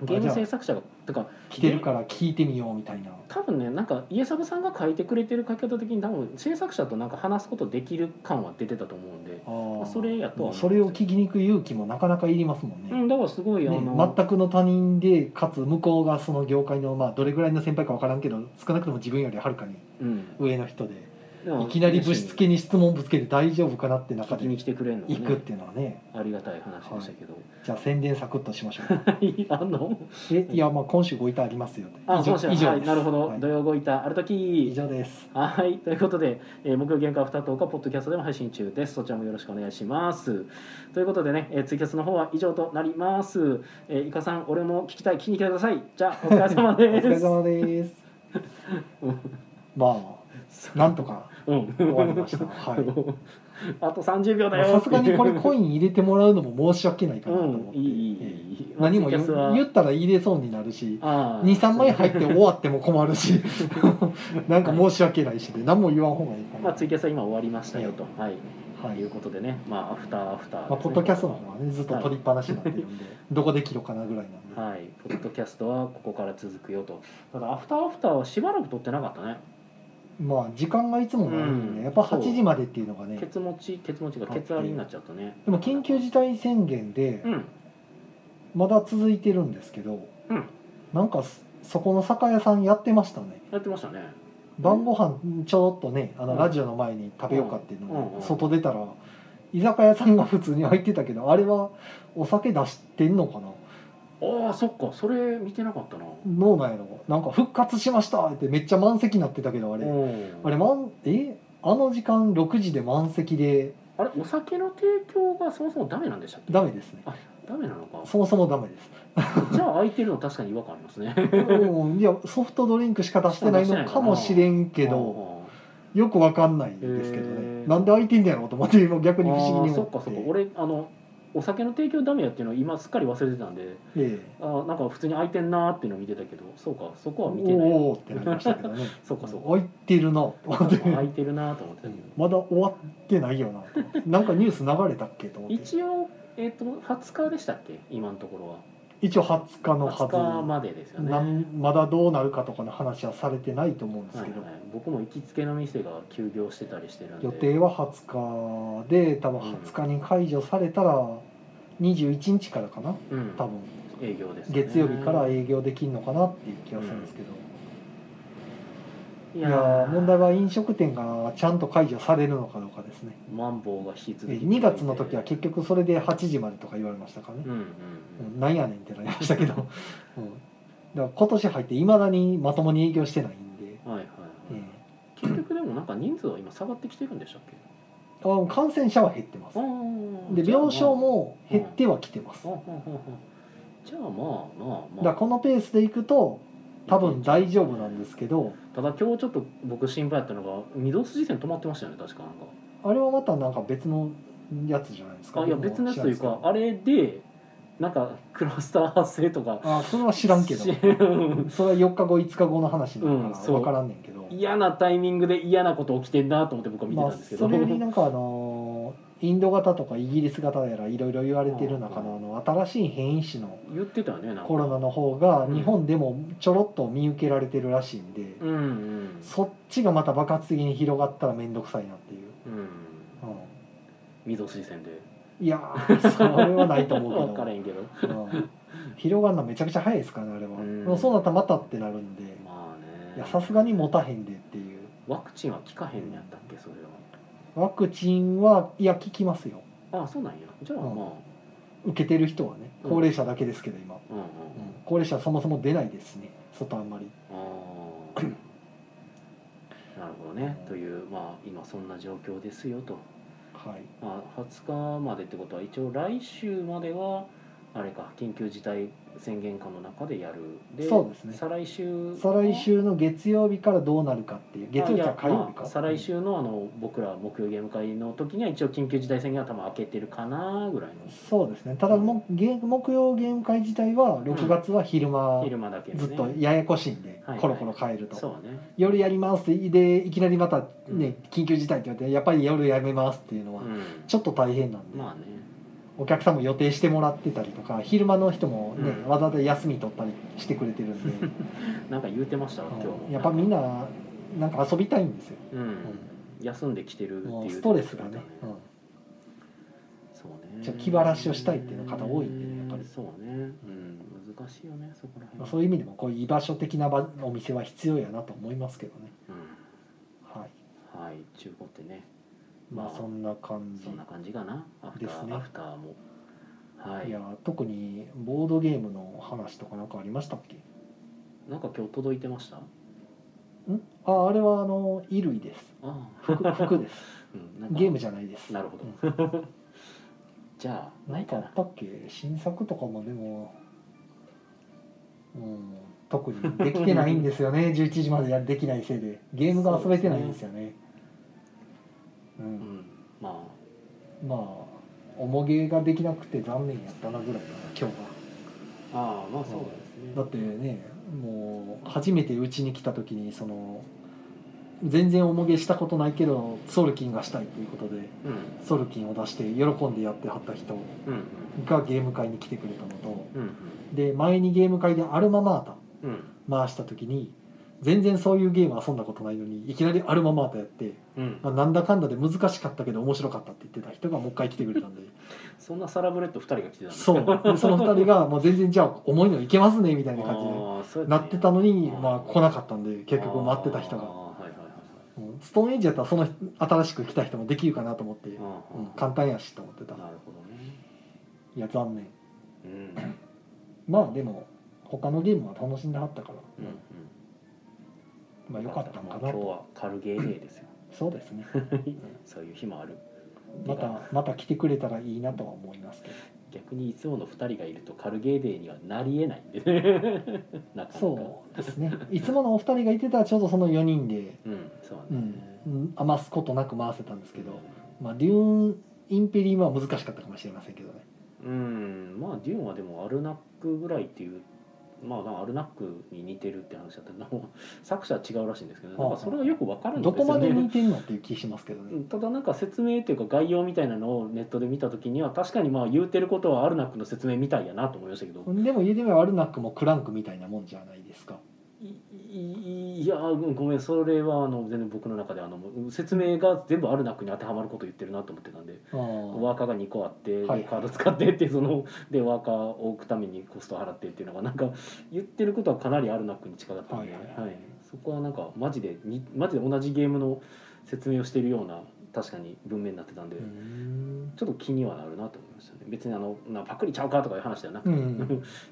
S2: あ
S1: ゲーム
S2: あじゃ
S1: 制
S2: あ
S1: 作者がとか
S2: 来てるから聞いてみようみたいな
S1: 多分ねなんか家サブさんが書いてくれてる書き方的に多分制作者となんか話すことできる感は出てたと思うんで、
S2: あー
S1: それやとは思います
S2: それを聞きに行く勇気もなかなかいりますもんね,、
S1: うん、だからすごいあの、
S2: ね全くの他人でかつ向こうがその業界のまあどれぐらいの先輩か分からんけど少なくとも自分よりはるかに
S1: うん
S2: 上の人でいきなりぶしつけに質問ぶつけて大丈夫かなって中
S1: 聞き
S2: で
S1: に来てくれるのが
S2: 行くっ
S1: ね
S2: ていうのはね
S1: ありがたい話でしたけど、
S2: じゃあ宣伝サクッとしましょう
S1: あの
S2: えいやまあ今週ごいたありますよね
S1: あそうしよう
S2: 以上
S1: はい
S2: です
S1: なるほど、
S2: はい
S1: 土曜ごいたあると
S2: 以
S1: き
S2: 上です
S1: はいということで、えー、木曜限界アフタートークはポッドキャストでも配信中ですそちらもよろしくお願いしますということでね、えー、ツイキャスの方は以上となります、えー、イカさん俺も聞きたい聞きに来てくださいじゃあお疲れ様
S2: お
S1: で
S2: 疲れ
S1: す
S2: 様ですまあなんと か
S1: うん
S2: 終わりましたはいま
S1: あと30秒だよ
S2: あさすがにこれコイン入れてもらうのも申し訳ないか
S1: う
S2: なと思っ
S1: ん
S2: て
S1: いいいい
S2: ええ
S1: いい
S2: 何も
S1: ツイ
S2: 言
S1: キャス
S2: う
S1: は
S2: 言ったら入れそうになるし
S1: あー
S2: 23枚入って終わっても困るし なんか申し訳ないしで何も言わん方がいいかな、
S1: まあ、ツイキャスは今終わりましたよと、はい、
S2: はいいう
S1: ことでね、まあ、アフターアフター、
S2: まあ、ポッドキャストの方はねずっと取りっぱなしになって るんで、どこで切ろうかなぐらいなんで、
S1: はい、ポッドキャストはここから続くよと。ただ、アフターアフターはしばらく撮ってなかったね。
S2: まあ時間がいつもないんで、
S1: うん
S2: やっぱ8時までっていうのがね
S1: ケツ持ち、ケツ持ちがケツありになっちゃったね。
S2: でも緊急事態宣言で
S1: うん、
S2: まだ続いてるんですけど、
S1: うん
S2: なんかそそこの酒屋さんやってましたね
S1: やってましたね。
S2: 晩ご飯ちょっとねあ
S1: う
S2: の
S1: ん
S2: ラジオの前に食べようかっていうの
S1: うんうん
S2: で外出たら居酒屋さんが普通に入ってたけどあれはお酒出してんのかな
S1: ああ、そっか、それ見てなかったな。
S2: どうなんやろなんか復活しましたってめっちゃ満席になってたけどあれ、
S1: うん
S2: あれ満えあの時間6時で満席で
S1: あれ、お酒の提供がそもそもダメなんでしたっけ。
S2: ダメですね
S1: ダメなのか。
S2: そもそもダメです
S1: じゃあ、空いてるの確かに違和感ありますね。
S2: うんいやソフトドリンクしか出してないのかもしれん けど
S1: ど。
S2: よくわかんないんですけど
S1: へ
S2: ね
S1: ー
S2: なんで開いてんだろうと思って今逆に不思議
S1: あ
S2: に
S1: あ、
S2: 思
S1: そ
S2: っ
S1: っか、
S2: て
S1: そっか、俺、あの。お酒の提供ダメやっていうのを今すっかり忘れてたんで
S2: ええ
S1: あーなんか普通に空いてんなーっていうのを見てたけどそうかそこは見てない
S2: おおーってなりましたけどね
S1: そうかそうか
S2: 開いてるなと思って
S1: 空いてるなと思ってたけど
S2: まだ終わってないよなと思ってなんかニュース流れたっけと思って
S1: 一応、えっと20日でしたっけ今のところ
S2: 一応20日の
S1: は
S2: はず
S1: 20日までですよね、
S2: な
S1: はい
S2: んまだどうなるかとかの話はされてないと思うんです
S1: はい
S2: けど、、
S1: 僕も行きつけの店が休業してたりしてるんで
S2: 予定は20日で多分20日に解除されたら21日からかな
S1: うん、
S2: 多分
S1: 営業です、ね、
S2: 月曜日から営業できるのかなっていう気がするんですけど、
S1: い
S2: いやー問題は飲食店がちゃんと解除されるのかどうかですね
S1: マンボウが引き続き
S2: 2月の時は結局それで8時までとか言われましたからね
S1: うんうん
S2: うんなんやねんってなりましたけど、うん、だから今年入っていまだにまともに営業してないんで、
S1: うんはいはい、
S2: う
S1: はい
S2: ん
S1: 結局でもなんか人数は今下がってきてるんでしたっけ
S2: あ感染者は減ってます
S1: あー
S2: で
S1: じゃあ
S2: 病床も減ってはきてます
S1: まあああああじゃあまあまあま
S2: だからこのペースでいくと多分大丈夫なんですけど
S1: あただ今日ちょっと僕心配やったのが御堂筋線止まってましたよね確かなんか
S2: あれはまたなんか別のやつじゃないですか
S1: あいや別のやつというか
S2: あ
S1: あれでなんかクラスター発生とか
S2: あそれは知らんけど
S1: しうん
S2: それは4日後5日後の話だ
S1: うん
S2: か
S1: そ
S2: ら
S1: う
S2: 分からんねんけど、
S1: 嫌なタイミングで嫌なこと起きてんなと思って僕は見て
S2: ま
S1: た
S2: あ
S1: んですけど、
S2: それよりなんかあのインド型とかイギリス型やらいろいろ言われてる中のあの新しい変異種の
S1: 言ってたよねなんか
S2: コロナの方が
S1: うん
S2: 日本でもちょろっと見受けられてるらしいんで、
S1: うんうん
S2: そっちがまた爆発的に広がったら面倒くさいなっていう、
S1: うん
S2: う
S1: 溝筋線で
S2: ん、いやーそれはないと 思
S1: 分
S2: う
S1: か
S2: け
S1: れへんけど
S2: ど、うん、広がるのめちゃくちゃ早いですからねあれは、
S1: うん
S2: でもそうなったらまたってなるんで
S1: まあね
S2: いやさすがに持たへんでっていう
S1: ワクチンは効かへんやったっけそれは
S2: ワクチンはいや効きますよ
S1: あそうなんやじゃあまあ、
S2: う
S1: うんん、
S2: 受けてる人はね高齢者だけですけど今、
S1: うん
S2: うん高齢者はそもそも出ないですしね外あんまり
S1: あーなるほどねというまあ今そんな状況ですよと
S2: はい
S1: まあ、20日までってことは一応来週まではあれか緊急事態宣言下の中でやる
S2: そうですね
S1: 再来週
S2: 再来週の月曜日からどうなるかっていう月
S1: あ
S2: 曜日
S1: い
S2: は
S1: や
S2: 火曜日
S1: ま
S2: か
S1: あ再来週のあの僕ら木曜ゲーム会の時には一応緊急事態宣言は多分開けてるかなぐらい
S2: そうですねただも、ゲー木曜ゲーム会自体は6月は昼間
S1: の昼間だけでね
S2: ずっとややこしいんで、
S1: はい
S2: コロコロ変えると、
S1: そうね
S2: 夜やりますってでいきなりまたね緊急事態って言われてやっぱり夜やめますっていうの
S1: う
S2: は
S1: ん
S2: ちょっと大変なんで、
S1: まあね
S2: お客さんも予定してもらってたりとか昼間の人もね、
S1: うん
S2: わざわざ休み取ったりしてくれてる んで
S1: なんか言うてましたわ今
S2: あ
S1: 日も
S2: のやっぱみんななんか遊びたいんですよ
S1: うん、休んできてるって
S2: も
S1: いうう
S2: ストレスがね、うん
S1: そう
S2: ちょ
S1: ね。
S2: 気晴らしをしたいっていう方多いんでねやっぱり
S1: そうね。うん、難しいよね、そこら辺
S2: ま
S1: は。
S2: あそういう意味でもこういう居場所的な場お店は必要やなと思いますけどね
S1: うん
S2: はい
S1: ははい中古ってね
S2: まあそんな感じ
S1: そんな感じかなアフタ
S2: です
S1: ー、
S2: ね
S1: アフターもはい
S2: いや特にボードゲームの話とかなんかありましたっけ
S1: なんか今日届いてましたあ
S2: んああれはあの衣類です
S1: あ、
S2: 服服です
S1: うん、なんか
S2: ゲームじゃないです
S1: なるほど
S2: うん
S1: じゃあな
S2: ないん
S1: か
S2: かあ
S1: な
S2: ったっけ新作とかもでもうん特にできてないんですよ ね11時までやできないせいでゲームが遊べてないんですよねう
S1: うんま
S2: んまあ重げができなくて残念やったなぐらいかな今日は
S1: あああまあそうですね
S2: だってねもう初めてうちに来た時にその全然重げしたことないけどソルキンがしたいということで
S1: うん
S2: ソルキンを出して喜んでやってはった人
S1: うん
S2: がゲーム会に来てくれたのと
S1: うん
S2: で前にゲーム会でアルママータ
S1: うんうん
S2: 回した時に全然そういうゲーム遊んだことないのにいきなりアルママータやって、
S1: うん
S2: まあ、なんだかんだで難しかったけど面白かったって言ってた人がもう一回来てく れたんで
S1: そんなサラブレッド2人が来てたんです
S2: そうでその2人がもう全然じゃあ重いのいけますねみたいな感じで
S1: ああそうや
S2: なってたのに、まあ、来なかったんで結局待ってた人が
S1: ああはいはいはいはい
S2: うんストーンエイジやったらその新しく来た人もできるかなと思って、
S1: ああ
S2: うん簡単やしと思ってた
S1: なるほどね
S2: いや残念
S1: うん
S2: まあでも他のゲームは楽しんではったから、
S1: うんうん
S2: まあよかったのか
S1: まあ
S2: な
S1: 今日
S2: と
S1: は軽ゲーデーですよ
S2: そうですね
S1: そういう日もある
S2: またまた来てくれたらいいなとは思いますけど
S1: 逆にいつもの2人がいると軽ゲーデーにはなりえないんで ねなかなか
S2: そうですねいつものお二人がいてたらちょうどその4人で、
S1: ううんそう
S2: う
S1: ね、
S2: んうん余すことなく回せたんですけど、まあ、デューンインペリームは難しかったかもしれませんけどね
S1: うんまあデューンはでもアルナックぐらいっていうまあなんかアルナックに似てるって話だったけど作者は違うらしいんですけど、
S2: はあはあ
S1: なんかそれがよくわかるんで
S2: ど
S1: すよね
S2: こまで似てんのっていう気しますけどね、
S1: うんただなんか説明というか概要みたいなのをネットで見た時には確かにまあ言うてることはアルナックの説明みたいやなと思いましたけど、
S2: でも言うてみればアルナックもクランクみたいなもんじゃないですか
S1: いいいやうんごめんそれはあの全然僕の中であのもう説明が全部アルナックに当てはまること言ってるなと思ってたんで
S2: あー
S1: ワーカーが2個あって、で
S2: はい
S1: カード使ってってそのでワーカーを置くためにコスト払ってっていうのがなんか言ってることはかなりアルナックに近かったんで、
S2: は
S1: はいい
S2: はいはい
S1: そこはなんかマジでにマジで同じゲームの説明をしてるような確かに文面になってたんで、
S2: うーん
S1: ちょっと気にはなるなと思いましたね別にあのなパクリちゃうかとかいう話ではなくて、
S2: うん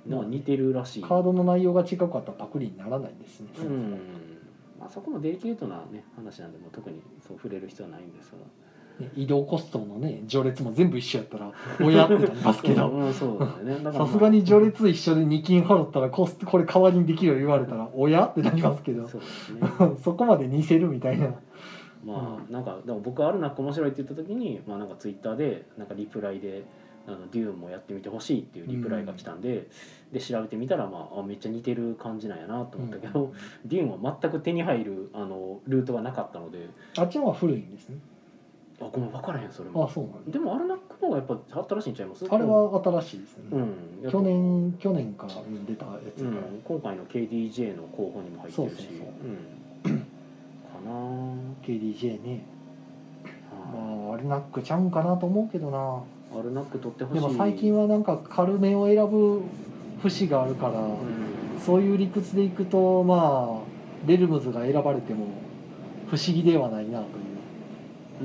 S1: なんか似てるらしい。
S2: カードの内容が違かったらパクリにならないんですね、
S1: うんまあ、そこもデリケートな、ね、話なんでもう特にそう触れる必要はないんですが
S2: ね移動コストのね序列も全部一緒やったら親ってなりますけど
S1: うん、そうなんだ よねだからま
S2: さ
S1: あ
S2: すがに序列一緒で2金払ったらコストこれ代わりにできるよ言われたら親ってなりますけど
S1: そうですね
S2: そこまで似せるみたいな
S1: まあなんかでも僕あるな面白いって言った時に、まあ、なんかツイッターでなんかリプライで「あのデューンもやってみてほしい」っていうリプライが来たんで、で調べてみたら、まあ、あめっちゃ似てる感じなんやなと思ったけど、デューンは全く手に入るあのルートがなかったので
S2: あっちの方が古いんですね
S1: あごめん分からへんそれ
S2: あ
S1: も
S2: そうなんだ
S1: でもアルナックの方がやっぱ新しいんちゃいます
S2: あれは新しいです
S1: う
S2: ね、
S1: んやっぱ
S2: 去年去年からうん出たやつ
S1: う
S2: や
S1: ん
S2: から、、
S1: 今回の KDJ の候補にも入ってるし
S2: そうそうそう
S1: うん
S2: KDJ ね
S1: かな、は
S2: まああれなくちゃうんかなと思うけどな
S1: あ、アルナック取ってほし
S2: で
S1: い
S2: も最近はなんか軽めを選ぶ節があるから、
S1: うん
S2: そういう理屈でいくとまあレルムズが選ばれても不思議ではないなとい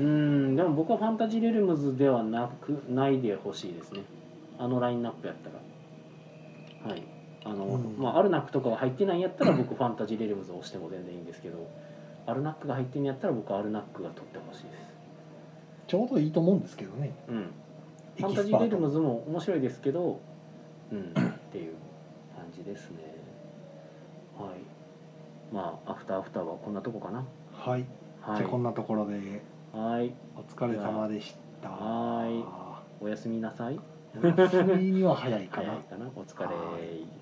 S2: う
S1: うんでも僕はファンタジーレルムズではなくないでほしいですねあのラインナップやったらはいあの、
S2: うん
S1: まあアルナックとかが入ってないんやったら僕ファンタジーレルムズを押しても全然いいんですけどアルナックが入ってんやったら僕はアルナックが取ってほしいです
S2: ちょうどいいと思うんですけどね
S1: うん
S2: エ
S1: ファン
S2: キ
S1: タ
S2: ス
S1: ジ
S2: パ
S1: ーレ
S2: ー
S1: ルム
S2: ト
S1: ズも面白いですけど、 うん、っていう感じですね。はい。まあ、アフターアフターはこんなとこかな。
S2: はい、
S1: は
S2: じゃあこん
S1: い。
S2: なところで
S1: はい。
S2: お疲れ様でした
S1: はいおやすみなさい。
S2: お休みには早いか
S1: 早い
S2: な
S1: かな。お疲れ。
S2: はい